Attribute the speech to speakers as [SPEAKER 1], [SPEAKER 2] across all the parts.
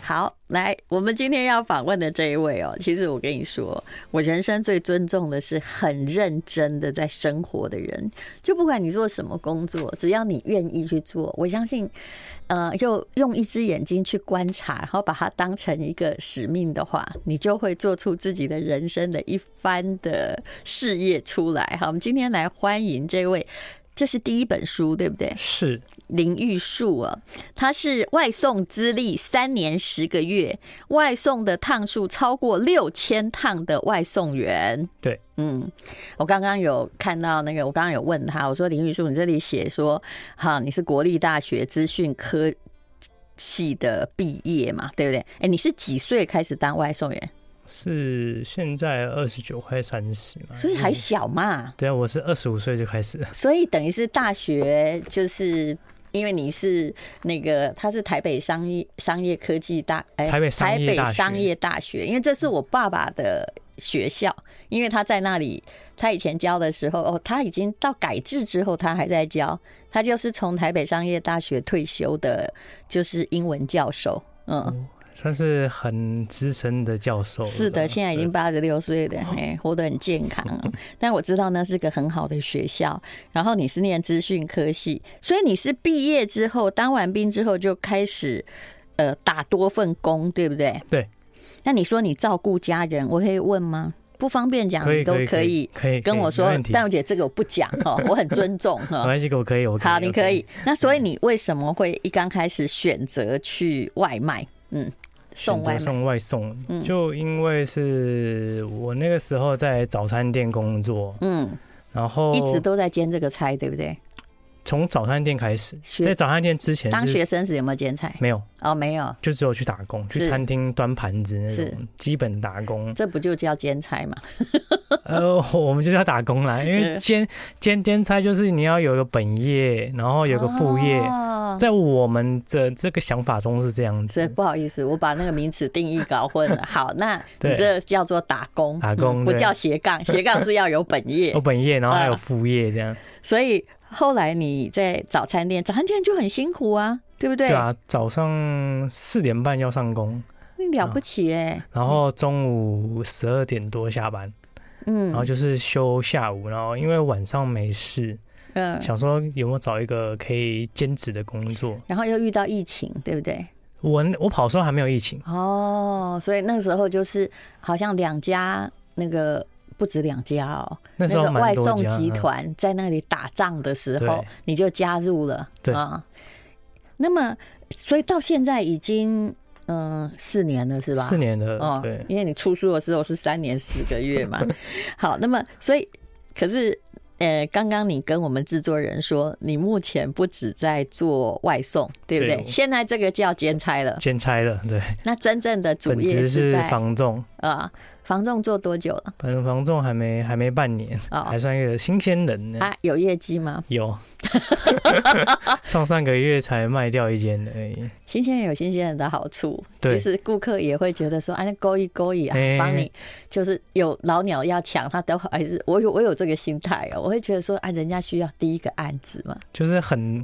[SPEAKER 1] 好，来，我们今天要访问的这一位哦，其实我跟你说，我人生最尊重的是很认真的在生活的人，就不管你做什么工作，只要你愿意去做，我相信，呃，就用一只眼睛去观察，然后把它当成一个使命的话，你就会做出自己的人生的一番的事业出来。好，我们今天来欢迎这位。这是第一本书，对不对？
[SPEAKER 2] 是
[SPEAKER 1] 林玉树啊，他是外送资历三年十个月，外送的趟数超过六千趟的外送员。
[SPEAKER 2] 对，
[SPEAKER 1] 嗯，我刚刚有看到那个，我刚刚有问他，我说林玉树，你这里写说，哈，你是国立大学资讯科系的毕业嘛，对不对？哎，你是几岁开始当外送员？
[SPEAKER 2] 是现在二十九快三十嘛，
[SPEAKER 1] 所以还小嘛。
[SPEAKER 2] 对啊，我是二十五岁就开始了，
[SPEAKER 1] 所以等于是大学，就是因为你是那个，他是台北商业商业科技大，哎、
[SPEAKER 2] 台北商业大学
[SPEAKER 1] 台北商业大学，因为这是我爸爸的学校，因为他在那里，他以前教的时候，哦，他已经到改制之后，他还在教，他就是从台北商业大学退休的，就是英文教授，嗯，
[SPEAKER 2] 算是很资深的教授了。
[SPEAKER 1] 是的，现在已经
[SPEAKER 2] 对哦
[SPEAKER 1] 八十六岁的，哎，活得很健康啊。 但我知道那是个很好的学校。然后你是念资讯科系，所以你是毕业之后当完兵之后就开始呃打多份工，对不对？
[SPEAKER 2] 对。
[SPEAKER 1] 那你说你照顾家人，我可以问吗？不方便讲，
[SPEAKER 2] 可
[SPEAKER 1] 你
[SPEAKER 2] 以
[SPEAKER 1] 都
[SPEAKER 2] 可以可以可以
[SPEAKER 1] 跟
[SPEAKER 2] 可以
[SPEAKER 1] 我
[SPEAKER 2] 没
[SPEAKER 1] 说
[SPEAKER 2] 问。题
[SPEAKER 1] 但我姐这个我不讲 哈，我很尊重
[SPEAKER 2] 没
[SPEAKER 1] 哈。
[SPEAKER 2] 关系，我可以，我可以
[SPEAKER 1] 好，你
[SPEAKER 2] 我
[SPEAKER 1] 可以。那所以你为什么会一刚开始选择去外卖？嗯，送外卖。
[SPEAKER 2] 选择
[SPEAKER 1] 嗯
[SPEAKER 2] 送外送，就因为是我那个时候在早餐店工作，
[SPEAKER 1] 嗯，
[SPEAKER 2] 然后
[SPEAKER 1] 一直都在兼这个差，对不对？
[SPEAKER 2] 从早餐店开始，
[SPEAKER 1] 学
[SPEAKER 2] 在早餐店之前
[SPEAKER 1] 当
[SPEAKER 2] 是
[SPEAKER 1] 学生时有没有兼差？
[SPEAKER 2] 没有，
[SPEAKER 1] 哦，没有，
[SPEAKER 2] 就只有去打工，去
[SPEAKER 1] 是
[SPEAKER 2] 餐厅端盘子那
[SPEAKER 1] 是
[SPEAKER 2] 种基本打工。
[SPEAKER 1] 这不就叫兼差嘛？
[SPEAKER 2] 呃， 我们就叫打工啦，因为
[SPEAKER 1] 嗯
[SPEAKER 2] 兼兼兼差就是你要有一个本业，然后有个副业，
[SPEAKER 1] 哦
[SPEAKER 2] 在我们的这个想法中是这样
[SPEAKER 1] 这
[SPEAKER 2] 子。
[SPEAKER 1] 不好意思，我把那个名词定义搞混 了。好，那你
[SPEAKER 2] 对
[SPEAKER 1] 这叫做打工，嗯
[SPEAKER 2] 打工
[SPEAKER 1] 不
[SPEAKER 2] 对哦
[SPEAKER 1] 叫斜 杠，斜杠是要有本业
[SPEAKER 2] 有。本业，然后还有
[SPEAKER 1] 啊
[SPEAKER 2] 副业，这样
[SPEAKER 1] 所以后来你在早餐店，早餐店就很辛苦啊，对不对？
[SPEAKER 2] 对啊。早上四点半要上工，
[SPEAKER 1] 你了不起哎、
[SPEAKER 2] 然后中午十二点多下班，啊然后
[SPEAKER 1] 嗯
[SPEAKER 2] 就是休下午，然后因为晚上没事，
[SPEAKER 1] 嗯，
[SPEAKER 2] 想说有没有找一个可以兼职的工作。
[SPEAKER 1] 然后又遇到疫情，对不对？
[SPEAKER 2] 我我跑的时候还没有疫情，
[SPEAKER 1] 哦，所以那时候就是好像两家那个不止两家哦，
[SPEAKER 2] 那时
[SPEAKER 1] 那
[SPEAKER 2] 候
[SPEAKER 1] 个
[SPEAKER 2] 蛮
[SPEAKER 1] 外
[SPEAKER 2] 多
[SPEAKER 1] 送
[SPEAKER 2] 家
[SPEAKER 1] 集
[SPEAKER 2] 嗯
[SPEAKER 1] 团在那里打仗的时候
[SPEAKER 2] 对，
[SPEAKER 1] 你就加入了，
[SPEAKER 2] 对
[SPEAKER 1] 啊。那么，所以到现在已经嗯四、年了，是吧？
[SPEAKER 2] 四年的、
[SPEAKER 1] 哦
[SPEAKER 2] 对，，
[SPEAKER 1] 因为你出书的时候是三年十个月 嘛。好，那么所以可是呃，刚刚你跟我们制作人说，你目前不止在做外送，对不对？
[SPEAKER 2] 对我
[SPEAKER 1] 现在这个叫兼差了，
[SPEAKER 2] 兼差了，对。
[SPEAKER 1] 那真正的主
[SPEAKER 2] 本
[SPEAKER 1] 业
[SPEAKER 2] 职是
[SPEAKER 1] 在
[SPEAKER 2] 房仲，
[SPEAKER 1] 啊、房仲做多久了
[SPEAKER 2] 反正房仲还没还没半年，
[SPEAKER 1] 哦
[SPEAKER 2] 还算一个新鲜人呢。
[SPEAKER 1] 啊？有业绩吗？
[SPEAKER 2] 有， 上上个月才卖掉一间而已。
[SPEAKER 1] 新鲜人有新鲜人的好处，
[SPEAKER 2] 对
[SPEAKER 1] 其实顾客也会觉得说，哎、那勾一勾一啊
[SPEAKER 2] 哎，
[SPEAKER 1] 帮你就是有老鸟要抢，他都还是我有我有这个心态哦，我会觉得说，啊，人家需要第一个案子嘛，
[SPEAKER 2] 就是很，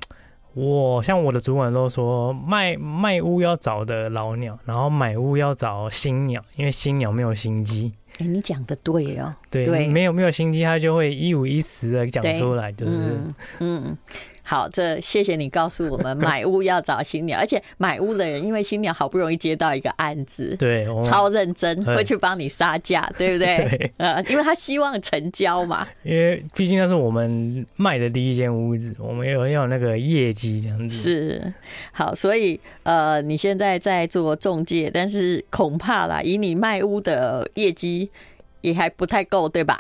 [SPEAKER 2] 我像我的主管都说，卖卖屋要找的老鸟，然后买屋要找新鸟，因为新鸟没有心机，
[SPEAKER 1] 哎、你讲的对哦，
[SPEAKER 2] 对，
[SPEAKER 1] 对
[SPEAKER 2] 没有没有心机，他就会一五一十的讲出来，就是、
[SPEAKER 1] 嗯嗯，好，这谢谢你告诉我们买屋要找新 鸟，而且买屋的人因为新鸟好不容易接到一个案子，
[SPEAKER 2] 对，我
[SPEAKER 1] 超认真，
[SPEAKER 2] 对
[SPEAKER 1] 会去帮你杀价，对不对？
[SPEAKER 2] 对，
[SPEAKER 1] 呃，因为他希望成交嘛，
[SPEAKER 2] 因为毕竟那是我们卖的第一间屋子，我们有要有那个业绩这样子，
[SPEAKER 1] 是，好，所以呃，你现在在做中介，但是恐怕啦，以你卖屋的业绩也还不太够，对吧？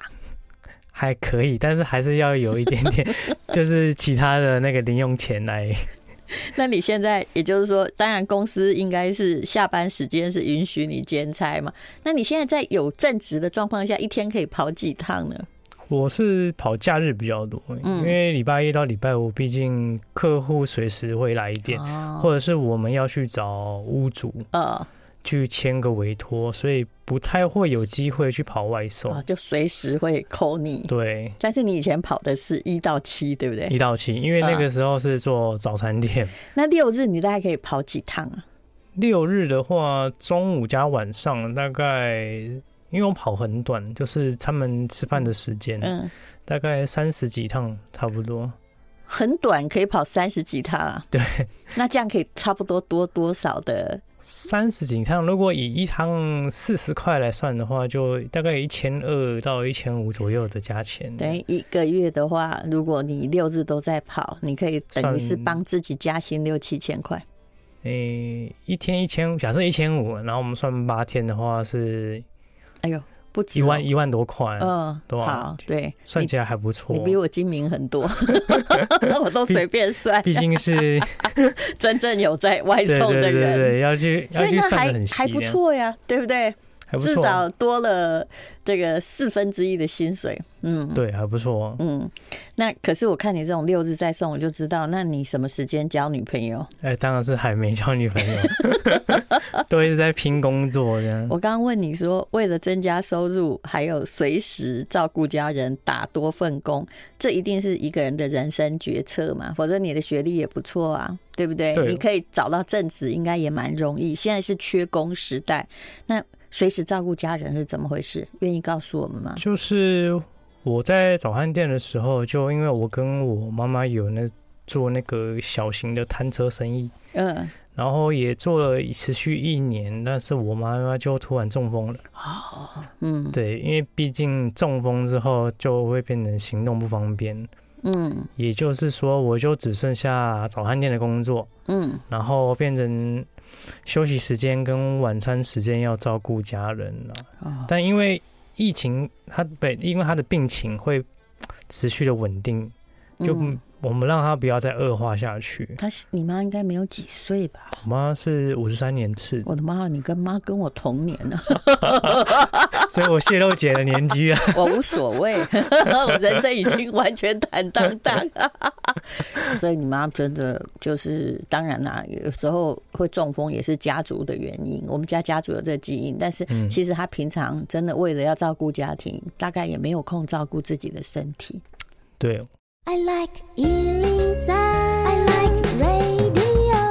[SPEAKER 2] 还可以，但是还是要有一点 点，就是其他的那个零用钱来。
[SPEAKER 1] 那你现在也就是说，当然公司应该是下班时间是允许你兼差嘛？那你现在在有正职的状况下，一天可以跑几趟呢？
[SPEAKER 2] 我是跑假日比较多，
[SPEAKER 1] 嗯
[SPEAKER 2] 因为礼拜一到礼拜五，毕竟客户随时会来电，
[SPEAKER 1] 哦，
[SPEAKER 2] 或者是我们要去找屋主
[SPEAKER 1] 呃，
[SPEAKER 2] 去签个委托，所以不太会有机会去跑外送。
[SPEAKER 1] 哦就随时会扣你。
[SPEAKER 2] 对，嗯
[SPEAKER 1] 但是你以前跑的是一到七，对不对？
[SPEAKER 2] 一到七，因为那
[SPEAKER 1] 嗯
[SPEAKER 2] 个时候是做早餐店，
[SPEAKER 1] 那六日你大概可以跑几趟啊？
[SPEAKER 2] 六日的话，中午加晚上大概，因为我跑很短，就是他们吃饭的时间，
[SPEAKER 1] 嗯，
[SPEAKER 2] 大概三十几趟差不多。
[SPEAKER 1] 很短，可以跑三十几趟啊。
[SPEAKER 2] 对，
[SPEAKER 1] 那这样可以差不多多多少的？
[SPEAKER 2] 三十几趟，如果以一趟四十块来算的话，就大概一千二到一千五左右的价钱。
[SPEAKER 1] 等于一个月的话，如果你六日都在跑，你可以等于是
[SPEAKER 2] 算
[SPEAKER 1] 帮自己加薪六七千块。
[SPEAKER 2] 诶、一天一千，假设一千五，然后我们算八天的话是
[SPEAKER 1] 哎呦，不止
[SPEAKER 2] 一万
[SPEAKER 1] 哦
[SPEAKER 2] 一万多块，
[SPEAKER 1] 嗯，
[SPEAKER 2] 对啊
[SPEAKER 1] 好，对，
[SPEAKER 2] 算起来还不错
[SPEAKER 1] 你。比我精明很 多， 我都随便算。
[SPEAKER 2] 毕竟 是
[SPEAKER 1] 真正有在外
[SPEAKER 2] 对
[SPEAKER 1] 送
[SPEAKER 2] 对
[SPEAKER 1] 的
[SPEAKER 2] 对对
[SPEAKER 1] 人，
[SPEAKER 2] 对，要去
[SPEAKER 1] 所
[SPEAKER 2] 要
[SPEAKER 1] 以
[SPEAKER 2] 去
[SPEAKER 1] 呢
[SPEAKER 2] 算
[SPEAKER 1] 还
[SPEAKER 2] 的很细，
[SPEAKER 1] 还不，错呀，对不对？
[SPEAKER 2] 还不
[SPEAKER 1] 至
[SPEAKER 2] 错，啊
[SPEAKER 1] 少多了这个四分之一的薪水。嗯
[SPEAKER 2] 对，还不错。
[SPEAKER 1] 嗯，那可是我看你这种六日再送，我就知道，那你什么时间交女朋友？
[SPEAKER 2] 哎、当然是还没交女朋 友，都一直在拼工作这样。
[SPEAKER 1] 我刚刚问你说，为了增加收入，还有随时照顾家人，打多份工，这一定是一个人的人生决策嘛？否则你的学历也不错啊，对不对？
[SPEAKER 2] 对
[SPEAKER 1] 你可以找到正职，应该也蛮容易。现在是缺工时代，那随时照顾家人是怎么回事？愿意告诉我们吗？
[SPEAKER 2] 就是我在早餐店的时候，就因为我跟我妈妈有那做那个小型的摊车生意，
[SPEAKER 1] 嗯，
[SPEAKER 2] 然后也做了持续一年，但是我妈妈就突然中风了。
[SPEAKER 1] 哦，嗯
[SPEAKER 2] 对，因为毕竟中风之后就会变成行动不方便，
[SPEAKER 1] 嗯
[SPEAKER 2] 也就是说，我就只剩下早餐店的工作，
[SPEAKER 1] 嗯
[SPEAKER 2] 然后变成休息时间跟晚餐时间要照顾家人了、
[SPEAKER 1] 哦，
[SPEAKER 2] 但因为疫情，他对，因为他的病情会持续的稳定，就
[SPEAKER 1] 嗯
[SPEAKER 2] 我们让他不要再恶化下去。
[SPEAKER 1] 他是你妈应该没有几岁吧？
[SPEAKER 2] 我妈是五十三年 次，
[SPEAKER 1] 我的妈，你跟妈跟我同年啊呢、
[SPEAKER 2] 所以我泄露姐的年纪啊。
[SPEAKER 1] 我无所谓， 我人生已经完全坦荡荡。 所以你妈真的就是，当然啦、有时候会中风也是家族的原因。我们家家族有这个基因，但是
[SPEAKER 2] 嗯
[SPEAKER 1] 其实她平常真的为了要照顾家庭，大概也没有空照顾自己的身体。
[SPEAKER 2] 对，
[SPEAKER 3] I like Ealing Sound. I like radio.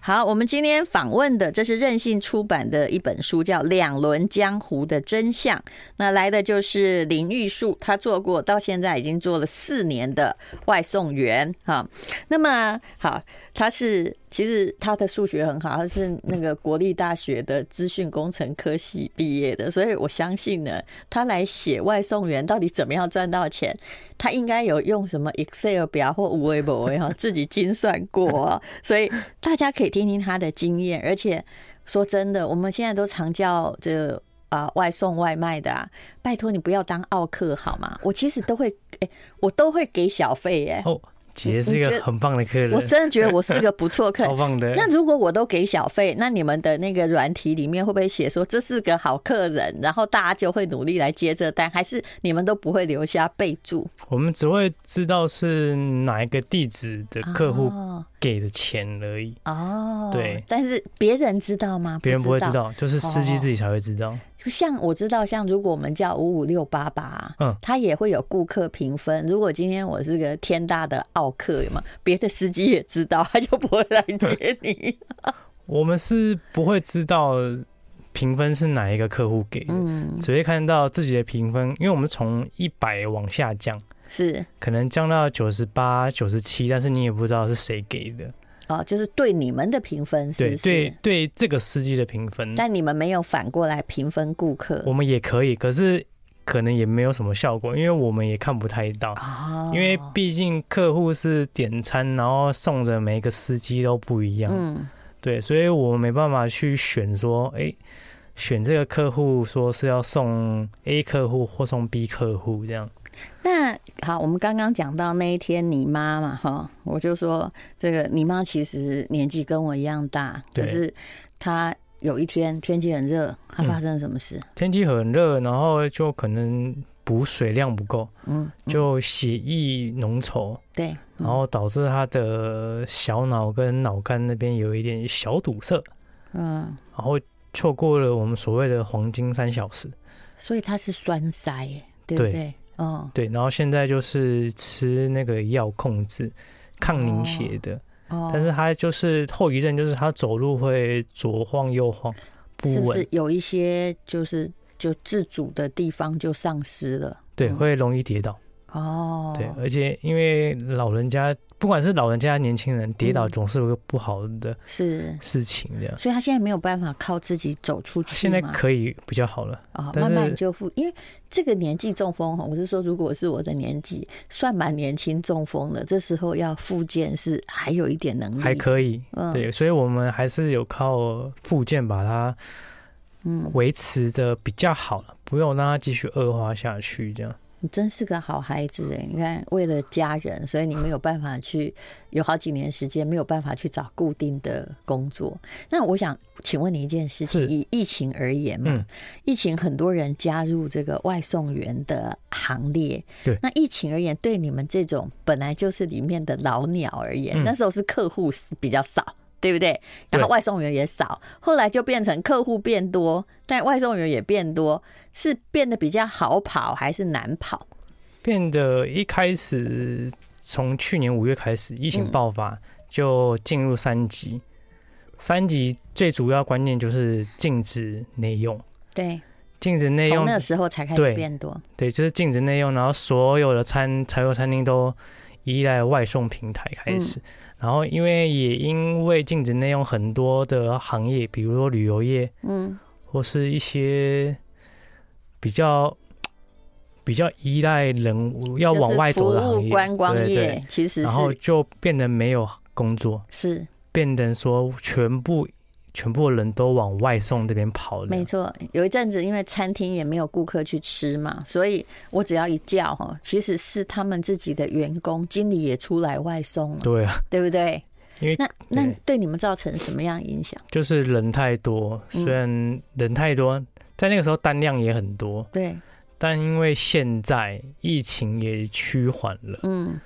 [SPEAKER 1] 好，我们今天访问的这是任性出版的一本书，叫《两轮江湖的真相》。那来的就是林玉树，他做过到现在已经做了四年的外送员哈。那么好，他是其实他的数学很好，他是那个国立大学的资讯工程科系毕业的，所以我相信呢，他来写外送员到底怎么样赚到钱，他应该有用什么 Excel 表或 w e b 哈自己精算过哦，所以大家可以听听他的经验。而且说真的，我们现在都常叫这啊、外送外卖的啊，拜托你不要当奥客好吗？我其实都会，哎、我都会给小费耶、
[SPEAKER 2] 哦，姐是一
[SPEAKER 1] 你觉
[SPEAKER 2] 个
[SPEAKER 1] 得
[SPEAKER 2] 很棒的客人，
[SPEAKER 1] 我真的觉得我是个不错客
[SPEAKER 2] 超。棒的。
[SPEAKER 1] 那如果我都给小费，那你们的那个软体里面会不会写说这是个好客人，然后大家就会努力来接这单，还是你们都不会留下备注？
[SPEAKER 2] 我们只会知道是哪一个地址的客户
[SPEAKER 1] 哦
[SPEAKER 2] 给的钱而已，
[SPEAKER 1] 哦，
[SPEAKER 2] 对
[SPEAKER 1] 但是别人知道哦吗？
[SPEAKER 2] 别人不会知。道，就是司机自己才会知道。
[SPEAKER 1] 就像我知道，像如果我们叫五五六八八，
[SPEAKER 2] 嗯
[SPEAKER 1] 它也会有顾客评分。如果今天我是个天大的奥客，有吗？别的司机也知道，他就不会来接 你。
[SPEAKER 2] 我们是不会知道评分是哪一个客户给的，
[SPEAKER 1] 嗯，
[SPEAKER 2] 只会看到自己的评分，因为我们从一百往下降，
[SPEAKER 1] 是
[SPEAKER 2] 可能降到九十八、九十七，但是你也不知道是谁给的。
[SPEAKER 1] 哦，就是对你们的评分是
[SPEAKER 2] 对
[SPEAKER 1] 不是？
[SPEAKER 2] 对对，这个司机的评分，
[SPEAKER 1] 但你们没有反过来评分顾客
[SPEAKER 2] 我们也可以，可是可能也没有什么效果，因为我们也看不太到。
[SPEAKER 1] 哦
[SPEAKER 2] 因为毕竟客户是点餐，然后送的每一个司机都不一样，
[SPEAKER 1] 嗯
[SPEAKER 2] 对，所以我没办法去选说，哎、选这个客户说是要送 A 客户或送 B 客户这样。
[SPEAKER 1] 那好，我们刚刚讲到那一天你妈嘛哈，我就说这个你妈其实年纪跟我一样大，可
[SPEAKER 2] 对
[SPEAKER 1] 是她有一天天气很热，她发生了什么事？
[SPEAKER 2] 天气很热，然后就可能补水量不够，
[SPEAKER 1] 嗯，
[SPEAKER 2] 就血液浓稠，
[SPEAKER 1] 对，嗯
[SPEAKER 2] 然后导致他的小脑跟脑干那边有一点小堵塞，
[SPEAKER 1] 嗯，
[SPEAKER 2] 然后错过了我们所谓的黄金三小时。
[SPEAKER 1] 所以她是栓塞耶，对不
[SPEAKER 2] 对
[SPEAKER 1] 对？哦，
[SPEAKER 2] 对，然后现在就是吃那个药控制抗凝血的，
[SPEAKER 1] 哦
[SPEAKER 2] 但是它就是后遗症，就是它走路会左晃右晃，不
[SPEAKER 1] 是不
[SPEAKER 2] 稳，
[SPEAKER 1] 是有一些就是就自主的地方就丧失了？
[SPEAKER 2] 对，
[SPEAKER 1] 嗯
[SPEAKER 2] 会容易跌倒。
[SPEAKER 1] 哦，
[SPEAKER 2] 对，而且因为老人家，不管是老人家、年轻人，跌倒
[SPEAKER 1] 嗯
[SPEAKER 2] 总是有个不好的
[SPEAKER 1] 是，
[SPEAKER 2] 事情这样。
[SPEAKER 1] 所以他现在没有办法靠自己走出去
[SPEAKER 2] 现在
[SPEAKER 1] 吗
[SPEAKER 2] 可以比较好了，
[SPEAKER 1] 啊、
[SPEAKER 2] 但
[SPEAKER 1] 慢慢
[SPEAKER 2] 是
[SPEAKER 1] 就复，因为这个年纪中风哈，哦我是说，如果是我的年纪，算蛮年轻中风的，这时候要复健是还有一点能力，
[SPEAKER 2] 还可以。
[SPEAKER 1] 嗯，
[SPEAKER 2] 对，所以我们还是有靠附件把它
[SPEAKER 1] 嗯，
[SPEAKER 2] 维持的比较好了，不用让它继续恶化下去这样。
[SPEAKER 1] 你真是个好孩子哎！你看，为了家人，所以你没有办法去，有好几年时间没有办法去找固定的工作。那我想请问你一件事情，
[SPEAKER 2] 是
[SPEAKER 1] 以疫情而言嘛，
[SPEAKER 2] 嗯
[SPEAKER 1] 疫情很多人加入这个外送员的行列。
[SPEAKER 2] 对
[SPEAKER 1] 那疫情而言，对你们这种本来就是里面的老鸟而言，
[SPEAKER 2] 嗯
[SPEAKER 1] 那时候是客户是比较少。对不对？然后
[SPEAKER 2] 对
[SPEAKER 1] 外送员也少，后来就变成客户变多，但外送员也变多，是变得比较好跑还是难跑？
[SPEAKER 2] 变得一开始从去年五月开始，疫情
[SPEAKER 1] 嗯
[SPEAKER 2] 爆发、就进入三级，三级最主要观念就是禁止内用，
[SPEAKER 1] 对，
[SPEAKER 2] 禁止内
[SPEAKER 1] 从
[SPEAKER 2] 用
[SPEAKER 1] 那时候才开始
[SPEAKER 2] 哎对
[SPEAKER 1] 变多。
[SPEAKER 2] 对，就是禁止内用，然后所有的餐采购餐厅都依赖外送平台开
[SPEAKER 1] 嗯
[SPEAKER 2] 始。然后，因为也因为禁止内用，很多的行业，比如说旅游业
[SPEAKER 1] 嗯，
[SPEAKER 2] 或是一些比较比较依赖人要往外走的
[SPEAKER 1] 就是
[SPEAKER 2] 行
[SPEAKER 1] 服
[SPEAKER 2] 业，
[SPEAKER 1] 务观光业
[SPEAKER 2] 对对
[SPEAKER 1] 其实
[SPEAKER 2] 然后
[SPEAKER 1] 是
[SPEAKER 2] 就变得没有工作，
[SPEAKER 1] 是
[SPEAKER 2] 变得说全部全部人都往外送这边跑了
[SPEAKER 1] 没。错。有一阵子因为餐厅也没有顾客去吃嘛，所以我只要一叫哈，其实是他们自己的员工，经理也出来外送了，
[SPEAKER 2] 对啊，
[SPEAKER 1] 对不对？
[SPEAKER 2] 因为
[SPEAKER 1] 那那
[SPEAKER 2] 对
[SPEAKER 1] 对你们造成什么样影响？
[SPEAKER 2] 就是人太多，
[SPEAKER 1] 嗯
[SPEAKER 2] 虽然人太多，在那个时候单量也很多，
[SPEAKER 1] 对，
[SPEAKER 2] 但因为现在疫情也趋缓了，
[SPEAKER 1] 嗯，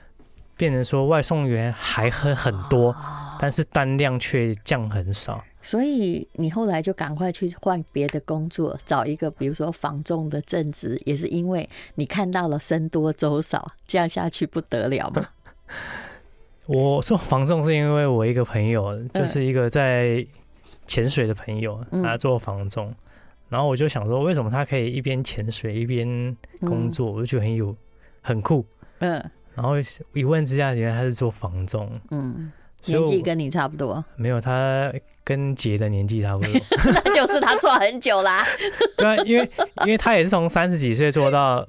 [SPEAKER 2] 变成说外送员还很很多，
[SPEAKER 1] 啊哦
[SPEAKER 2] 但是单量却降很少。
[SPEAKER 1] 所以你后来就赶快去换别的工作，找一个比如说房仲的正职，也是因为你看到了僧多粥少，这样下去不得了 嘛。
[SPEAKER 2] 我说防重是因为我一个朋友，就是一个在潜水的朋友，
[SPEAKER 1] 嗯
[SPEAKER 2] 他做防重，然后我就想说，为什么他可以一边潜水一边工作，我就觉得很有很酷。
[SPEAKER 1] 嗯
[SPEAKER 2] 然后一问之下，原来他是做防重，
[SPEAKER 1] 嗯，
[SPEAKER 2] 所以
[SPEAKER 1] 年纪
[SPEAKER 2] 我
[SPEAKER 1] 跟你差不多，
[SPEAKER 2] 没有，他跟杰的年纪差不多。
[SPEAKER 1] 那就是他做很久 啦。
[SPEAKER 2] 对啊，因为因为他也是从三十几岁做到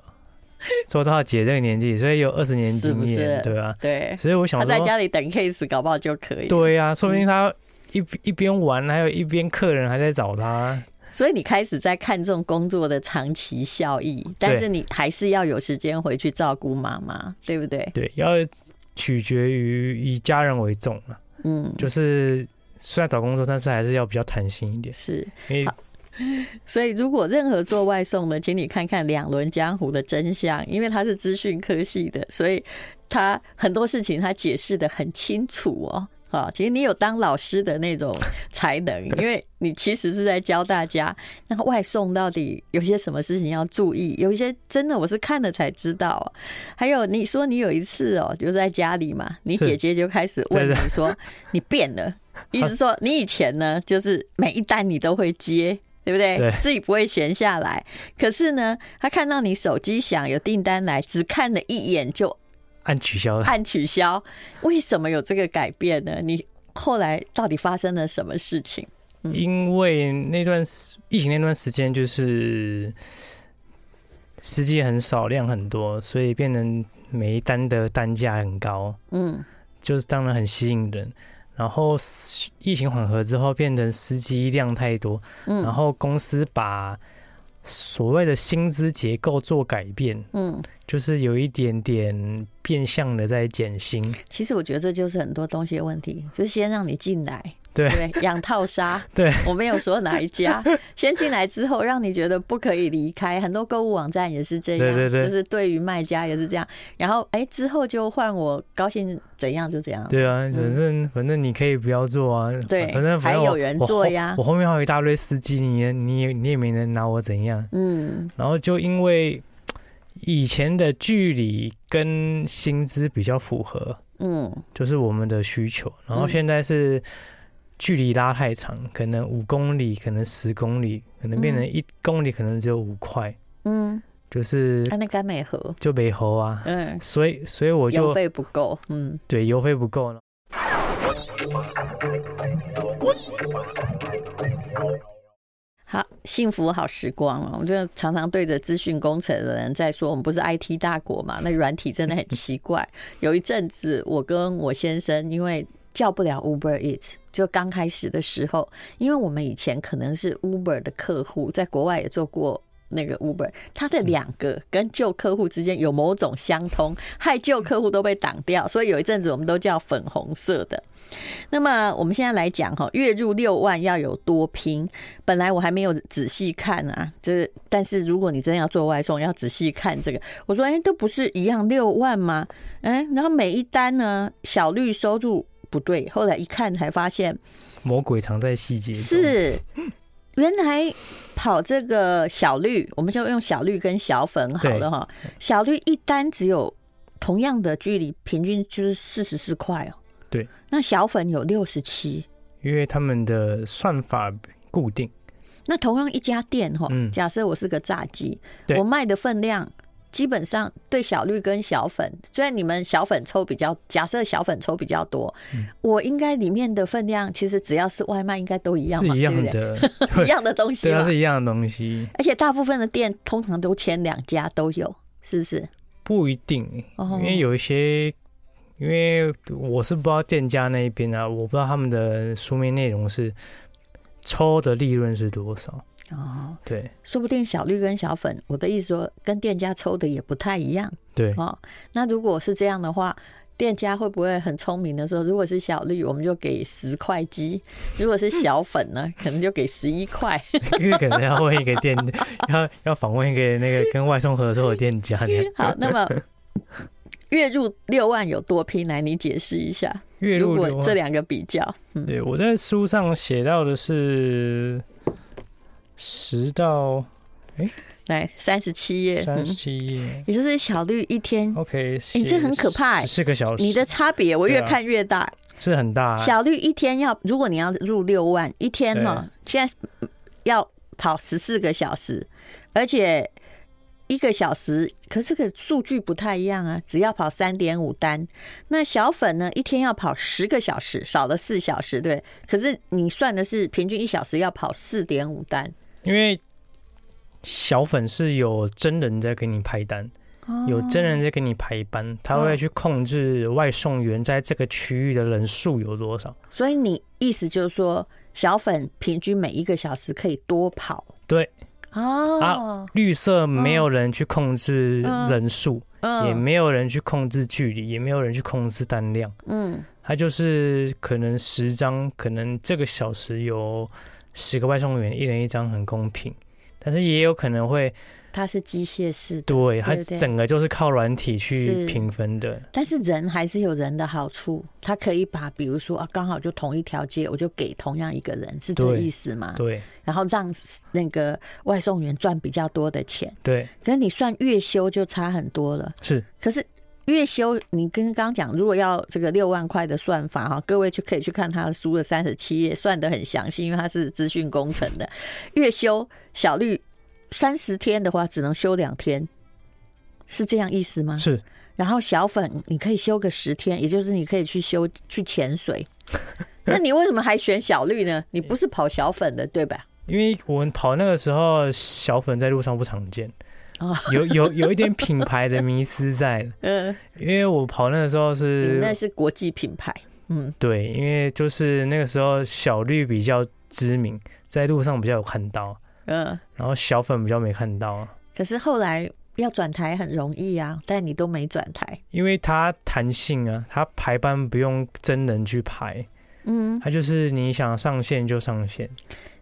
[SPEAKER 2] 做到杰这个年纪，所以有二十年经
[SPEAKER 1] 是
[SPEAKER 2] 验，
[SPEAKER 1] 不是
[SPEAKER 2] 对啊。
[SPEAKER 1] 对，
[SPEAKER 2] 所以我想
[SPEAKER 1] 他在
[SPEAKER 2] 说，
[SPEAKER 1] 家里等 case，搞不好就可以。，
[SPEAKER 2] 对啊，说不
[SPEAKER 1] 嗯
[SPEAKER 2] 定他一一边玩，还有一边客人还在找他。
[SPEAKER 1] 所以你开始在看重工作的长期效益，但是你还是要有时间回去照顾妈妈，对不对？
[SPEAKER 2] 对，要取决于以家人为重了，
[SPEAKER 1] 嗯，
[SPEAKER 2] 就是。虽然找工作，但是还是要比较弹性一点，
[SPEAKER 1] 是。
[SPEAKER 2] 因为
[SPEAKER 1] 好所以，如果任何做外送的，请你看看《两轮江湖》的真相，因为他是资讯科系的，所以他很多事情他解释的很清楚哦。好，其实你有当老师的那种才能， 因为你其实是在教大家那个外送到底有些什么事情要注意，有一些真的我是看了才知道、哦。还有你说你有一次哦，就在家里嘛，你
[SPEAKER 2] 是
[SPEAKER 1] 姐姐就开始问
[SPEAKER 2] 对
[SPEAKER 1] 你
[SPEAKER 2] 对
[SPEAKER 1] 说 你变了。意思说，你以前呢，就是每一单你都会接，对不对？
[SPEAKER 2] 对
[SPEAKER 1] 自己不会闲下来。可是呢，他看到你手机响有订单来，只看了一眼就
[SPEAKER 2] 按取消了。
[SPEAKER 1] 按取消。为什么有这个改变呢？你后来到底发生了什么事情？
[SPEAKER 2] 因为那段时疫情那段时间就是司机很少，量很多，所以变成每一单的单价很高，
[SPEAKER 1] 嗯，
[SPEAKER 2] 就是当然很吸引人。然后司疫情缓和之后，变成司机量太多，
[SPEAKER 1] 嗯
[SPEAKER 2] 然后公司把所谓的薪资结构做改变，
[SPEAKER 1] 嗯，
[SPEAKER 2] 就是有一点点变相的在减薪。
[SPEAKER 1] 其实我觉得这就是很多东西的问题，就是先让你进来，
[SPEAKER 2] 对
[SPEAKER 1] 对，养套杀，
[SPEAKER 2] 对，
[SPEAKER 1] 我没有说哪一家， 先进来之后让你觉得不可以离开，很多购物网站也是这样，
[SPEAKER 2] 对对对
[SPEAKER 1] 就是对于卖家也是这样，然后哎、之后就换我高兴怎样就怎样，
[SPEAKER 2] 对啊，反正、反正你可以不要做啊，
[SPEAKER 1] 嗯对
[SPEAKER 2] 反正反正
[SPEAKER 1] 还有
[SPEAKER 2] 我
[SPEAKER 1] 人
[SPEAKER 2] 我
[SPEAKER 1] 做
[SPEAKER 2] 后
[SPEAKER 1] 呀
[SPEAKER 2] 我后面还有一大堆司机，你也你也你也没能拿我怎样。
[SPEAKER 1] 嗯，
[SPEAKER 2] 然后就因为以前的距离跟薪资比较符合，
[SPEAKER 1] 嗯，
[SPEAKER 2] 就是我们的需求。然后
[SPEAKER 1] 嗯
[SPEAKER 2] 现在是距离拉太长，可能五公里，可能十公里，可能变成一公里，可能只有五块，
[SPEAKER 1] 嗯，
[SPEAKER 2] 就是
[SPEAKER 1] 啊，那甘美河，
[SPEAKER 2] 就北猴啊。
[SPEAKER 1] 嗯，
[SPEAKER 2] 所以，所以我
[SPEAKER 1] 油
[SPEAKER 2] 就
[SPEAKER 1] 费不够，嗯，
[SPEAKER 2] 对油费不够了。
[SPEAKER 1] 好，幸福好时光哦！我就常常对着资讯工程的人在说，我们不是 IT 大国嘛？那软体真的很奇怪。 有一阵子，我跟我先生因为叫不了 Uber Eats，就刚开始的时候，因为我们以前可能是 Uber 的客户，在国外也做过。那个 Uber，它的两个跟旧客户之间有某种相通， 害旧客户都被挡掉，所以有一阵子我们都叫粉红色的。那么我们现在来讲哈，月入六万要有多拼？本来我还没有仔细看啊，就是但是如果你真的要做外送，要仔细看这个。我说，哎、都不是一样六万吗？哎、然后每一单呢，小绿收入不对，后来一看才发现
[SPEAKER 2] 魔鬼藏在细节中，
[SPEAKER 1] 是原来跑这个小绿，我们就用小绿跟小粉好了哈。小绿一单只有同样的距离，平均就是四十四块哦。
[SPEAKER 2] 对，
[SPEAKER 1] 那小粉有六十七。
[SPEAKER 2] 因为他们的算法固定，
[SPEAKER 1] 那同样一家店哈，
[SPEAKER 2] 嗯
[SPEAKER 1] 假设我是个炸鸡，
[SPEAKER 2] 对
[SPEAKER 1] 我卖的分量基本上对小绿跟小粉，虽然你们小粉抽比较，假设小粉抽比较多，
[SPEAKER 2] 嗯
[SPEAKER 1] 我应该里面的分量其实只要是外卖应该都一样
[SPEAKER 2] 是
[SPEAKER 1] 嘛，
[SPEAKER 2] 一样
[SPEAKER 1] 对不对？
[SPEAKER 2] 的，
[SPEAKER 1] 一样的东西
[SPEAKER 2] 对啊，
[SPEAKER 1] 嘛，
[SPEAKER 2] 是一样的东西，
[SPEAKER 1] 而且大部分的店通常都签两家都有，是不是？
[SPEAKER 2] 不一定，
[SPEAKER 1] 哦
[SPEAKER 2] 因为有一些，因为我是不知道店家那一边啊，我不知道他们的书面内容是抽的利润是多少。
[SPEAKER 1] 哦，
[SPEAKER 2] 对
[SPEAKER 1] 说不定小绿跟小粉，我的意思说跟店家抽的也不太一样。
[SPEAKER 2] 对，
[SPEAKER 1] 哦，那如果是这样的话，店家会不会很聪明的说，如果是小绿，我们就给十块鸡；如果是小粉呢，可能就给十一块。
[SPEAKER 2] 因为可能要问一个 店，要要访问一个那个跟外送合作的店家， 你
[SPEAKER 1] 好，那 么月入六万有多拼？来，你解释一下。
[SPEAKER 2] 月
[SPEAKER 1] 如
[SPEAKER 2] 入
[SPEAKER 1] 果
[SPEAKER 2] 六万
[SPEAKER 1] 这两个比较，嗯，
[SPEAKER 2] 对，我在书上写到的是十到
[SPEAKER 1] 来三十七页，
[SPEAKER 2] 三
[SPEAKER 1] 嗯
[SPEAKER 2] 十，七页。
[SPEAKER 1] 也就是小绿一天，
[SPEAKER 2] OK，
[SPEAKER 1] 嗯诶这很可怕欸
[SPEAKER 2] 四个小时，
[SPEAKER 1] 你的差别我越
[SPEAKER 2] 对啊
[SPEAKER 1] 看越大。
[SPEAKER 2] 是很大啊，
[SPEAKER 1] 小绿一天要，如果你要入六万，一天哦，现在要跑十四个小时，而且一个小时，可是个数据不太一样啊，只要跑三点五单。那小粉呢，一天要跑十个小时，少了四小时，对。可是你算的是平均一小时要跑四点五单，
[SPEAKER 2] 因为小粉是有真人在给你排单，
[SPEAKER 1] 哦
[SPEAKER 2] 有真人在给你排班，他会去控制外送员在这个区域的人数有多少。
[SPEAKER 1] 所以你意思就是说，小粉平均每一个小时可以多跑
[SPEAKER 2] 对，
[SPEAKER 1] 哦，
[SPEAKER 2] 绿色没有人去控制
[SPEAKER 1] 嗯
[SPEAKER 2] 人数，也
[SPEAKER 1] 嗯
[SPEAKER 2] 没有人去控制距离，也没有人去控制单量，
[SPEAKER 1] 嗯
[SPEAKER 2] 他就是可能十张，可能这个小时有十个外送员，一人一张，很公平。但是也有可能会，
[SPEAKER 1] 它是机械式的。
[SPEAKER 2] 对它
[SPEAKER 1] 对对
[SPEAKER 2] 整个就是靠软体
[SPEAKER 1] 是
[SPEAKER 2] 去评分的，
[SPEAKER 1] 但是人还是有人的好处，他可以把，比如说啊，刚好就同一条街，我就给同样一个人，是这
[SPEAKER 2] 对
[SPEAKER 1] 意思吗？
[SPEAKER 2] 对
[SPEAKER 1] 然后让那个外送员赚比较多的钱，
[SPEAKER 2] 对
[SPEAKER 1] 可是你算月休就差很多了。
[SPEAKER 2] 是。
[SPEAKER 1] 可是月休，你跟刚刚讲，如果要这个六万块的算法哈，各位去可以去看他的书的三十七页，算的很详细，因为他是资讯工程的。月休小绿三十天的话，只能休两天，是这样意思吗？
[SPEAKER 2] 是
[SPEAKER 1] 然后小粉你可以休个十天，也就是你可以去休去潜 水。那你为什么还选小绿呢？你不是跑小粉的对吧？
[SPEAKER 2] 因为我们跑那个时候，小粉在路上不常见，
[SPEAKER 1] 哦
[SPEAKER 2] 有有有一点品牌的迷失在。
[SPEAKER 1] 嗯，
[SPEAKER 2] 因为我跑那个时候
[SPEAKER 1] 你
[SPEAKER 2] 是
[SPEAKER 1] 那是国际品牌，嗯，
[SPEAKER 2] 对，因为就是那个时候小绿比较知名，在路上比较有看到，
[SPEAKER 1] 嗯。
[SPEAKER 2] 然后小粉比较没看到，
[SPEAKER 1] 可是后来要转台很容易啊，但你都没转台，
[SPEAKER 2] 因为它弹性啊，它排班不用真人去排，
[SPEAKER 1] 嗯，
[SPEAKER 2] 它就是你想上线就上线。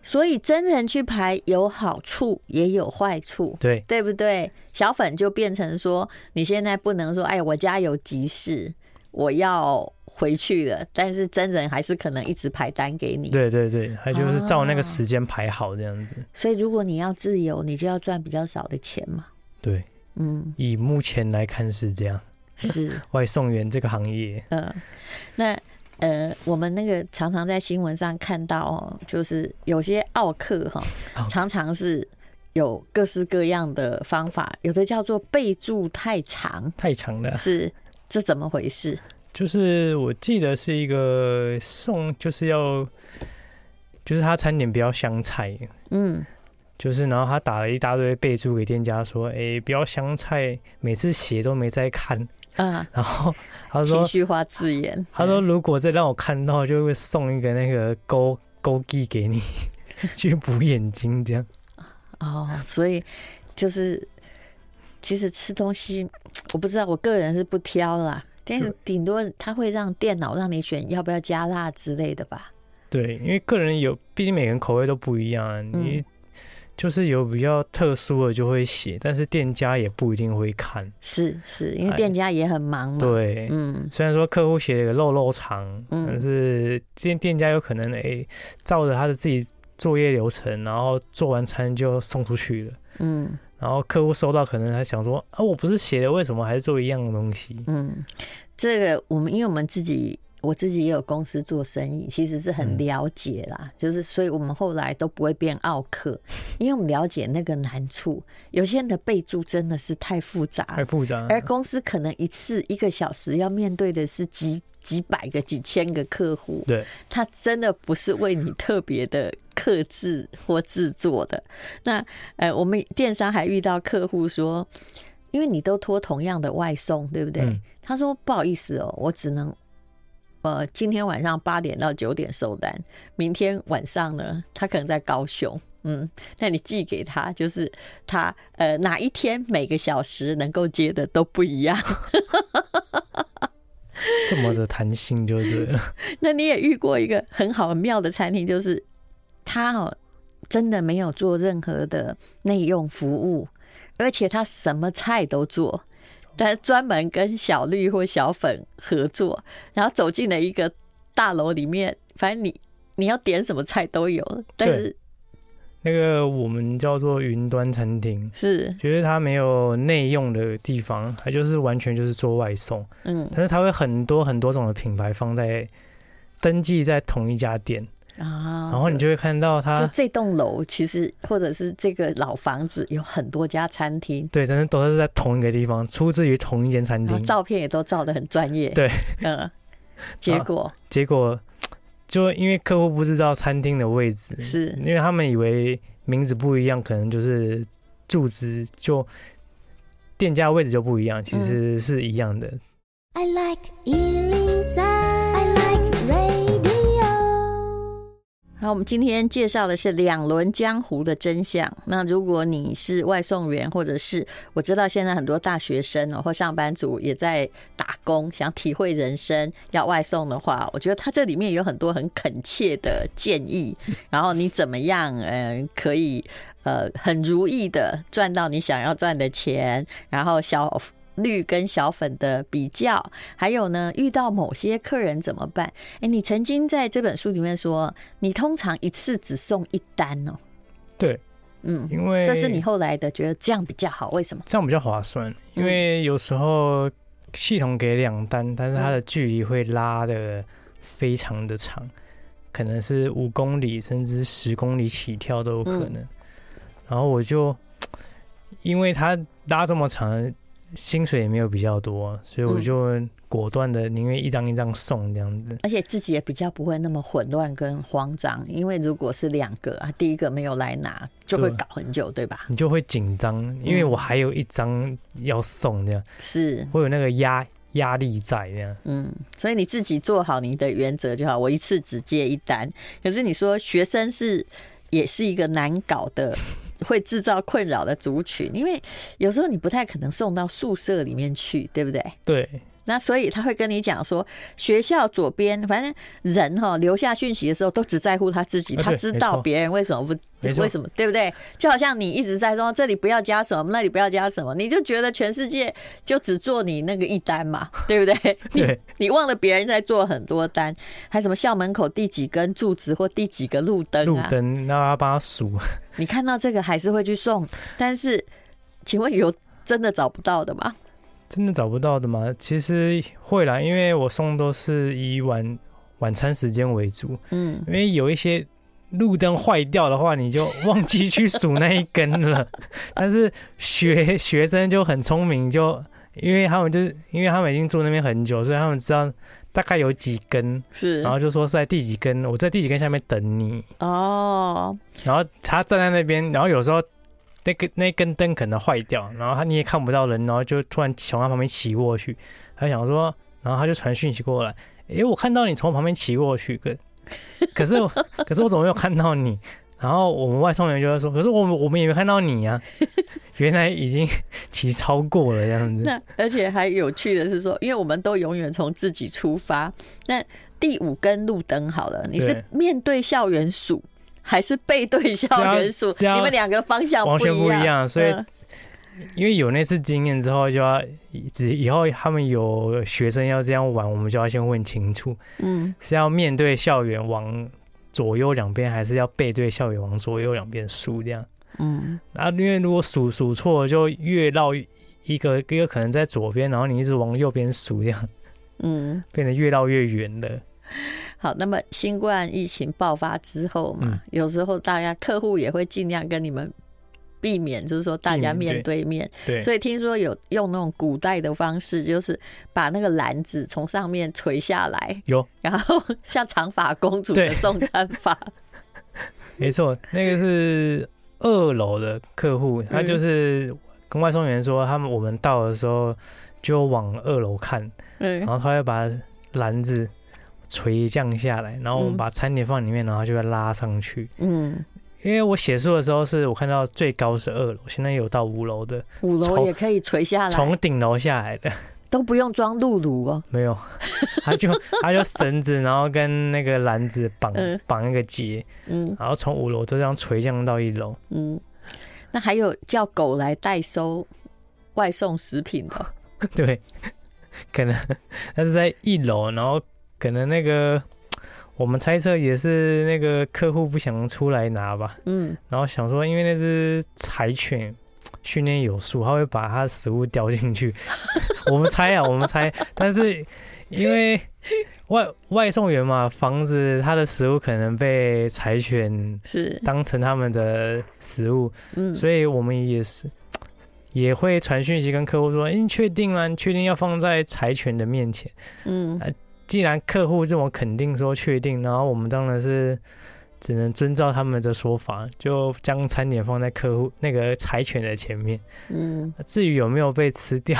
[SPEAKER 1] 所以真人去排有好处也有坏处。
[SPEAKER 2] 对
[SPEAKER 1] 对不对？小粉就变成说，你现在不能说，哎，我家有急事，我要回去了，但是真人还是可能一直排单给你。
[SPEAKER 2] 对对对，它就是照那
[SPEAKER 1] 哦
[SPEAKER 2] 个时间排好这样子。
[SPEAKER 1] 所以如果你要自由，你就要赚比较少的钱嘛。
[SPEAKER 2] 对，
[SPEAKER 1] 嗯，
[SPEAKER 2] 以目前来看是这样。
[SPEAKER 1] 是，
[SPEAKER 2] 外送员这个行业。
[SPEAKER 1] 嗯，那呃，我们那个常常在新闻上看到哦，就是有些奥客哈、
[SPEAKER 2] 哦
[SPEAKER 1] 常常是有各式各样的方法，有的叫做备注太长，
[SPEAKER 2] 太长了，
[SPEAKER 1] 是这怎么回事？
[SPEAKER 2] 就是我记得是一个送，就是要，就是他餐点不要香菜，
[SPEAKER 1] 嗯，
[SPEAKER 2] 就是然后他打了一大堆备注给店家说，哎、不要香菜，每次写都没在看，
[SPEAKER 1] 啊，
[SPEAKER 2] 然后他
[SPEAKER 1] 情
[SPEAKER 2] 说
[SPEAKER 1] 绪化字眼，
[SPEAKER 2] 他说如果再让我看到，就会送一个那个勾勾记给你 去补眼睛这样。
[SPEAKER 1] 哦，所以就是其实吃东西，我不知道，我个人是不挑啦，但是
[SPEAKER 2] 对
[SPEAKER 1] 顶多它会让电脑让你选要不要加辣之类的吧。
[SPEAKER 2] 对，因为个人有，毕竟每个人口味都不一样啊，
[SPEAKER 1] 嗯
[SPEAKER 2] 你就是有比较特殊的就会写，但是店家也不一定会看。
[SPEAKER 1] 是是，因为
[SPEAKER 2] 哎
[SPEAKER 1] 店家也很忙嘛。，
[SPEAKER 2] 对，
[SPEAKER 1] 嗯，
[SPEAKER 2] 虽然说客户写了个肉肉肠，
[SPEAKER 1] 嗯
[SPEAKER 2] 但是店店家有可能哎、照着他的自己作业流程，然后做完餐就送出去了。
[SPEAKER 1] 嗯
[SPEAKER 2] 然后客户收到，可能他想说啊，我不是写的，为什么还是做一样的东西？
[SPEAKER 1] 嗯，这个我们因为我们自己，我自己也有公司做生意，其实是很
[SPEAKER 2] 嗯
[SPEAKER 1] 了解啦。就是，所以我们后来都不会变傲客，因为我们了解那个难处。有些人的备注真的是太复杂
[SPEAKER 2] 太
[SPEAKER 1] 了，
[SPEAKER 2] 复杂了。
[SPEAKER 1] 而公司可能一次一个小时要面对的是几几百个、几千个客户，
[SPEAKER 2] 对，
[SPEAKER 1] 他真的不是为你特别的克制或制作的。那呃，我们电商还遇到客户说，因为你都拖同样的外送，对不对？
[SPEAKER 2] 嗯
[SPEAKER 1] 他说不好意思哦，我只能。呃，今天晚上八点到九点收单，明天晚上呢，他可能在高雄，嗯，那你寄给他，就是他呃哪一天每个小时能够接的都不一样。
[SPEAKER 2] 这么的弹性就对 了。
[SPEAKER 1] 那你也遇过一个很好很妙的餐厅，就是他哦，真的没有做任何的内用服务，而且他什么菜都做，
[SPEAKER 2] 哦
[SPEAKER 1] 但专门跟小绿或小粉合作，然后走进了一个大楼里面，反正你你要点什么菜都有，但是
[SPEAKER 2] 那个我们叫做云端餐厅，
[SPEAKER 1] 是
[SPEAKER 2] 就是它没有内用的地方，它就是完全就是做外送，
[SPEAKER 1] 嗯
[SPEAKER 2] 但是它会很多很多种的品牌放在登记在同一家店，
[SPEAKER 1] 啊，
[SPEAKER 2] 然后你就会看到
[SPEAKER 1] 就
[SPEAKER 2] 它
[SPEAKER 1] 这栋楼其实或者是这个老房子有很多家餐厅，
[SPEAKER 2] 对，但是都是在同一个地方，出自于同一间餐
[SPEAKER 1] 然后
[SPEAKER 2] 厅，
[SPEAKER 1] 照片也都照的很专业。
[SPEAKER 2] 对，
[SPEAKER 1] 嗯，结果
[SPEAKER 2] 结果就因为客户不知道餐厅的位置，
[SPEAKER 1] 是
[SPEAKER 2] 因为他们以为名字不一样，可能就是住址就店家位置就不一样，其
[SPEAKER 1] 嗯
[SPEAKER 2] 实是一样的。
[SPEAKER 3] I like Ealing Sound. I like radio.
[SPEAKER 1] 好，我们今天介绍的是两轮江湖的真相。那如果你是外送员，或者是我知道现在很多大学生哦或上班族也在打工，想体会人生要外送的话，我觉得他这里面有很多很恳切的建议。然后你怎么样，嗯，可以呃很如意的赚到你想要赚的钱，然后小。绿跟小粉的比较，还有呢，遇到某些客人怎么办？哎，你曾经在这本书里面说，你通常一次只送一单哦。
[SPEAKER 2] 对，
[SPEAKER 1] 嗯，
[SPEAKER 2] 因为
[SPEAKER 1] 这是你后来的觉得这样比较好，为什么？
[SPEAKER 2] 这样比较划算，
[SPEAKER 1] 嗯
[SPEAKER 2] 因为有时候系统给两单，但是它的距离会拉的非常的长，可能是五公里甚至十公里起跳都有可能。
[SPEAKER 1] 嗯
[SPEAKER 2] 然后我就因为它拉这么长，薪水也没有比较多，所以我就
[SPEAKER 1] 嗯
[SPEAKER 2] 果断的宁愿一张一张送这样子。
[SPEAKER 1] 而且自己也比较不会那么混乱跟慌张，因为如果是两个啊，第一个没有来拿，就会
[SPEAKER 2] 对
[SPEAKER 1] 搞很久，对吧？
[SPEAKER 2] 你就会紧张，因为我还有一张要送，这样
[SPEAKER 1] 是，
[SPEAKER 2] 会有那个压压力在这样。
[SPEAKER 1] 嗯，所以你自己做好你的原则就好。我一次只接一单，可是你说学生是也是一个难搞的。会制造困扰的族群，因为有时候你不太可能送到宿舍里面去，对不对？
[SPEAKER 2] 对，
[SPEAKER 1] 那所以他会跟你讲说，学校左边，反正人哈、留下讯息的时候都只在乎他自己，
[SPEAKER 2] 啊对
[SPEAKER 1] 他知道别人为什么不
[SPEAKER 2] 没错
[SPEAKER 1] 为什么，对不对？就好像你一直在说这里不要加什么，那里不要加什么，你就觉得全世界就只做你那个一单 嘛，对不对？
[SPEAKER 2] 对
[SPEAKER 1] 你你忘了别人在做很多单，还什么校门口第几根柱子或第几个路灯
[SPEAKER 2] 路
[SPEAKER 1] 啊，
[SPEAKER 2] 灯，那要帮他数。
[SPEAKER 1] 你看到这个还是会去送，但是请问有真的找不到的吗？
[SPEAKER 2] 真的找不到的吗？其实会啦，因为我送都是以晚晚餐时间为主，
[SPEAKER 1] 嗯，
[SPEAKER 2] 因为有一些路灯坏掉的话，你就忘记去数那一根了。 但是学学生就很聪明，就因为他们就是因为他们已经住那边很久，所以他们知道大概有几根，
[SPEAKER 1] 是
[SPEAKER 2] 然后就说是在第几根，我在第几根下面等你。
[SPEAKER 1] 哦，
[SPEAKER 2] 然后他站在那边，然后有时候那个那根灯可能坏掉，然后他你也看不到人，然后就突然从他旁边骑过去，他想说，然后他就传讯息过来，诶，我看到你从我旁边骑过去，可 可是我可是我怎么没有看到你？然后我们外送员就会说，可是我们我们也没看到你啊， 原来已经骑超过了这样 子。
[SPEAKER 1] 那而且还有趣的是说，因为我们都永远从自己出发。那第五根路灯好了，你是
[SPEAKER 2] 对
[SPEAKER 1] 面对校园数还是背对
[SPEAKER 2] 只
[SPEAKER 1] 校
[SPEAKER 2] 要
[SPEAKER 1] 园数？
[SPEAKER 2] 只要
[SPEAKER 1] 你们两个方向
[SPEAKER 2] 完全
[SPEAKER 1] 不
[SPEAKER 2] 不
[SPEAKER 1] 一
[SPEAKER 2] 一
[SPEAKER 1] 样，
[SPEAKER 2] 样，所以
[SPEAKER 1] 嗯
[SPEAKER 2] 因为有那次经验之后，就要只以后他们有学生要这样玩，我们就要先问清楚，
[SPEAKER 1] 嗯，
[SPEAKER 2] 是要面对校园往左右两边，还是要背对校园往左右两边数这样？
[SPEAKER 1] 嗯，
[SPEAKER 2] 啊，因为如果数数错了，就越绕一个一个可能在左边，然后你一直往右边数，这样
[SPEAKER 1] 嗯，
[SPEAKER 2] 变得越绕越远了。
[SPEAKER 1] 好。那么新冠疫情爆发之后嘛，
[SPEAKER 2] 嗯
[SPEAKER 1] 有时候大家客户也会尽量跟你们避免，就是说大家
[SPEAKER 2] 避免
[SPEAKER 1] 面对面。
[SPEAKER 2] 对，
[SPEAKER 1] 所以听说有用那种古代的方式，就是把那个篮子从上面垂下来，
[SPEAKER 2] 有
[SPEAKER 1] 然后像长发公主的
[SPEAKER 2] 对
[SPEAKER 1] 送餐 法。
[SPEAKER 2] 没错，那个是二楼的客户，他就是
[SPEAKER 1] 嗯
[SPEAKER 2] 跟外送员说，他们我们到的时候就往二楼看，然
[SPEAKER 1] 嗯，
[SPEAKER 2] 后他会把篮子垂降下来，然后我们
[SPEAKER 1] 嗯
[SPEAKER 2] 把餐点放里面，然后他就会拉上去。
[SPEAKER 1] 嗯，
[SPEAKER 2] 因为我写书的时候是我看到最高是二楼，现在有到五楼的，
[SPEAKER 1] 五楼
[SPEAKER 2] 从
[SPEAKER 1] 也可以垂下来，
[SPEAKER 2] 从顶楼下来 的
[SPEAKER 1] 都不用装露露哦。
[SPEAKER 2] 没有，他就他就绳子，然后跟那个篮子绑
[SPEAKER 1] 嗯
[SPEAKER 2] 绑一个结，
[SPEAKER 1] 嗯
[SPEAKER 2] 然后从五楼就这样垂降到一楼。
[SPEAKER 1] 嗯，那还有叫狗来代收外送食品的哦，
[SPEAKER 2] 对，可能他是在一楼，然后可能那个我们猜测也是那个客户不想出来拿吧，
[SPEAKER 1] 嗯，
[SPEAKER 2] 然后想说因为那只柴犬训练有素，它会把它的食物叼进去， 我们猜啊，我们猜，但是因为。外外送员嘛，防止它的食物可能被柴犬
[SPEAKER 1] 是，
[SPEAKER 2] 当成他们的食物，
[SPEAKER 1] 嗯，
[SPEAKER 2] 所以我们也是也会传讯息跟客户说：“诶你确定吗？你确定要放在柴犬的面前
[SPEAKER 1] 嗯
[SPEAKER 2] 哎既然客户这么肯定说确定，然后我们当然是只能遵照他们的说法，就将餐点放在客户那个柴犬的前面。
[SPEAKER 1] 嗯。
[SPEAKER 2] 至于有没有被吃 掉，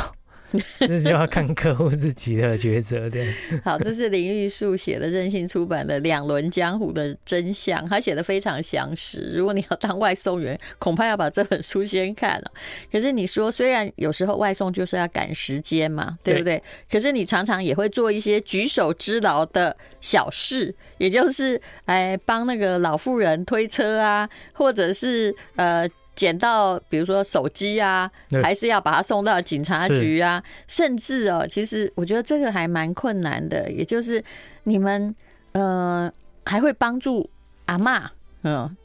[SPEAKER 2] 这就要看客户自己的抉择。这样
[SPEAKER 1] 好，这是林玉树写的任性出版的《两轮江湖的真相》，他写的非常详实。如果你要当外送员，恐怕要把这本书先看哦了。可是你说，虽然有时候外送就是要赶时间嘛，对不对？可是你常常也会做一些举手之劳的小事，也就是哎帮那个老妇人推车啊，或者是呃。捡到，比如说手机啊，
[SPEAKER 2] 对
[SPEAKER 1] 还是要把它送到警察局啊，甚至哦，其实我觉得这个还蛮困难的，也就是你们呃还会帮助阿嬷，嗯，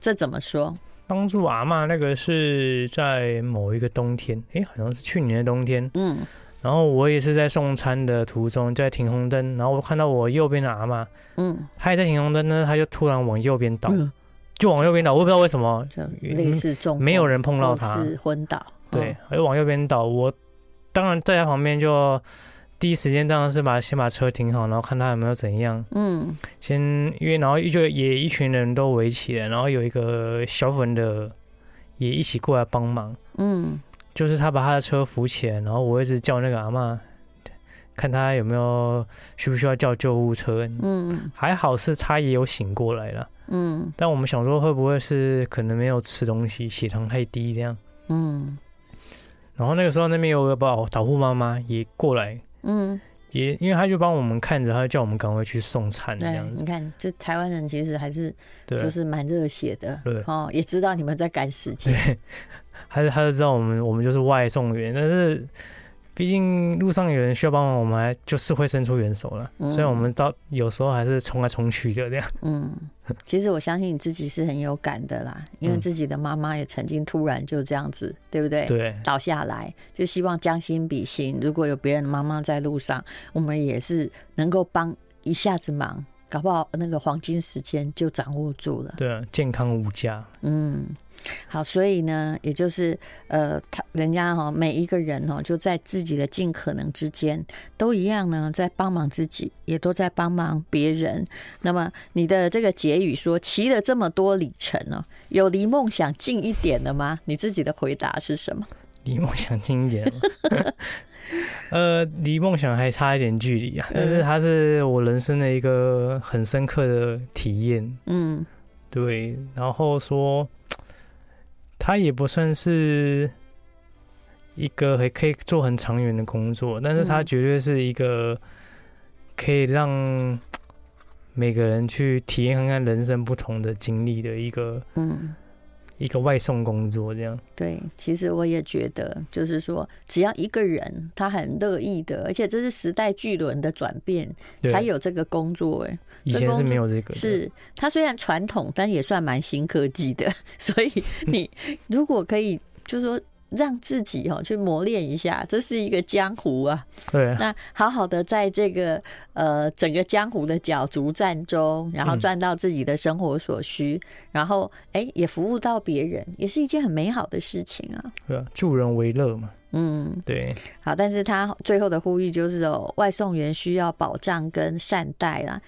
[SPEAKER 1] 这怎么说？
[SPEAKER 2] 帮助阿嬷那个是在某一个冬天，诶、好像是去年的冬天，
[SPEAKER 1] 嗯
[SPEAKER 2] 然后我也是在送餐的途中，在停红灯，然后我看到我右边的阿嬷，
[SPEAKER 1] 嗯，
[SPEAKER 2] 她也在停红灯呢，她就突然往右边倒，
[SPEAKER 1] 嗯
[SPEAKER 2] 就往右边倒，我不知道为什么，
[SPEAKER 1] 就类似中风
[SPEAKER 2] 嗯没有人碰到她
[SPEAKER 1] 哦或，是昏倒，
[SPEAKER 2] 对，她就往右边倒。我当然在她旁边就第一时间当然是把先把车停好，然后看她有没有怎样，
[SPEAKER 1] 嗯，
[SPEAKER 2] 先因为然后就也一群人都围起来，然后有一个小粉的也一起过来帮忙，
[SPEAKER 1] 嗯
[SPEAKER 2] 就是他把他的车扶起来，然后我一直叫那个阿嬷，看他有没有需不需要叫救护车。
[SPEAKER 1] 嗯嗯
[SPEAKER 2] 还好是他也有醒过来了，
[SPEAKER 1] 嗯
[SPEAKER 2] 但我们想说会不会是可能没有吃东西，血糖太低这样。
[SPEAKER 1] 嗯
[SPEAKER 2] 然后那个时候那边有个保保护妈妈也过来，
[SPEAKER 1] 嗯，
[SPEAKER 2] 也因为他就帮我们看着，他叫我们赶快去送餐这
[SPEAKER 1] 对，
[SPEAKER 2] 样
[SPEAKER 1] 哎你
[SPEAKER 2] 子。
[SPEAKER 1] 看，这台湾人其实还是
[SPEAKER 2] 对，
[SPEAKER 1] 哎就是蛮热血的，
[SPEAKER 2] 对
[SPEAKER 1] 哦，也知道你们在赶时间，
[SPEAKER 2] 对，他就他就知道我们我们就是外送员，但是毕竟路上有人需要帮忙，我们还就是会伸出援手了。
[SPEAKER 1] 嗯
[SPEAKER 2] 虽然我们到有时候还是冲来冲去的这样，
[SPEAKER 1] 嗯，其实我相信你自己是很有感的啦，因为
[SPEAKER 2] 嗯
[SPEAKER 1] 自己的妈妈也曾经突然就这样子，对不对？
[SPEAKER 2] 对，
[SPEAKER 1] 倒下来，就希望将心比心。如果有别人的妈妈在路上，我们也是能够帮一下子忙，搞不好那个黄金时间就掌握住了。
[SPEAKER 2] 对啊，健康无价，
[SPEAKER 1] 嗯，好，所以呢，也就是呃，他人家哈、每一个人哦，就在自己的尽可能之间，都一样呢，在帮忙自己，也都在帮忙别人。那么你的这个结语说，骑了这么多里程哦，有离梦想近一点的吗？你自己的回答是什么？
[SPEAKER 2] 离梦想近 一点嘛。呃，离梦想还差一点距离啊，
[SPEAKER 1] 嗯
[SPEAKER 2] 但是它是我人生的一个很深刻的体验。
[SPEAKER 1] 嗯
[SPEAKER 2] 对，然后说，它也不算是一个还可以做很长远的工作，但是它
[SPEAKER 1] 嗯
[SPEAKER 2] 绝对是一个可以让每个人去体验看看人生不同的经历的一个
[SPEAKER 1] 嗯。
[SPEAKER 2] 一个外送工作这样。
[SPEAKER 1] 对，其实我也觉得，就是说，只要一个人他很乐意的，而且这是时代巨轮的转变，
[SPEAKER 2] 对
[SPEAKER 1] 才有这个工作、哎，
[SPEAKER 2] 以前是没有这个的，
[SPEAKER 1] 是它虽然传统，但也算蛮新科技的。 所以你如果可以，就是说让自己哦去磨练一下，这是一个江湖啊。
[SPEAKER 2] 对啊，
[SPEAKER 1] 那好好的在这个呃整个江湖的角逐战中，然后
[SPEAKER 2] 嗯
[SPEAKER 1] 赚到自己的生活所需，然后哎、也服务到别人，也是一件很美好的事情啊。
[SPEAKER 2] 对啊，助人为乐嘛，
[SPEAKER 1] 嗯，
[SPEAKER 2] 对，
[SPEAKER 1] 好，但是他最后的呼吁就是哦，外送员需要保障跟善待啦，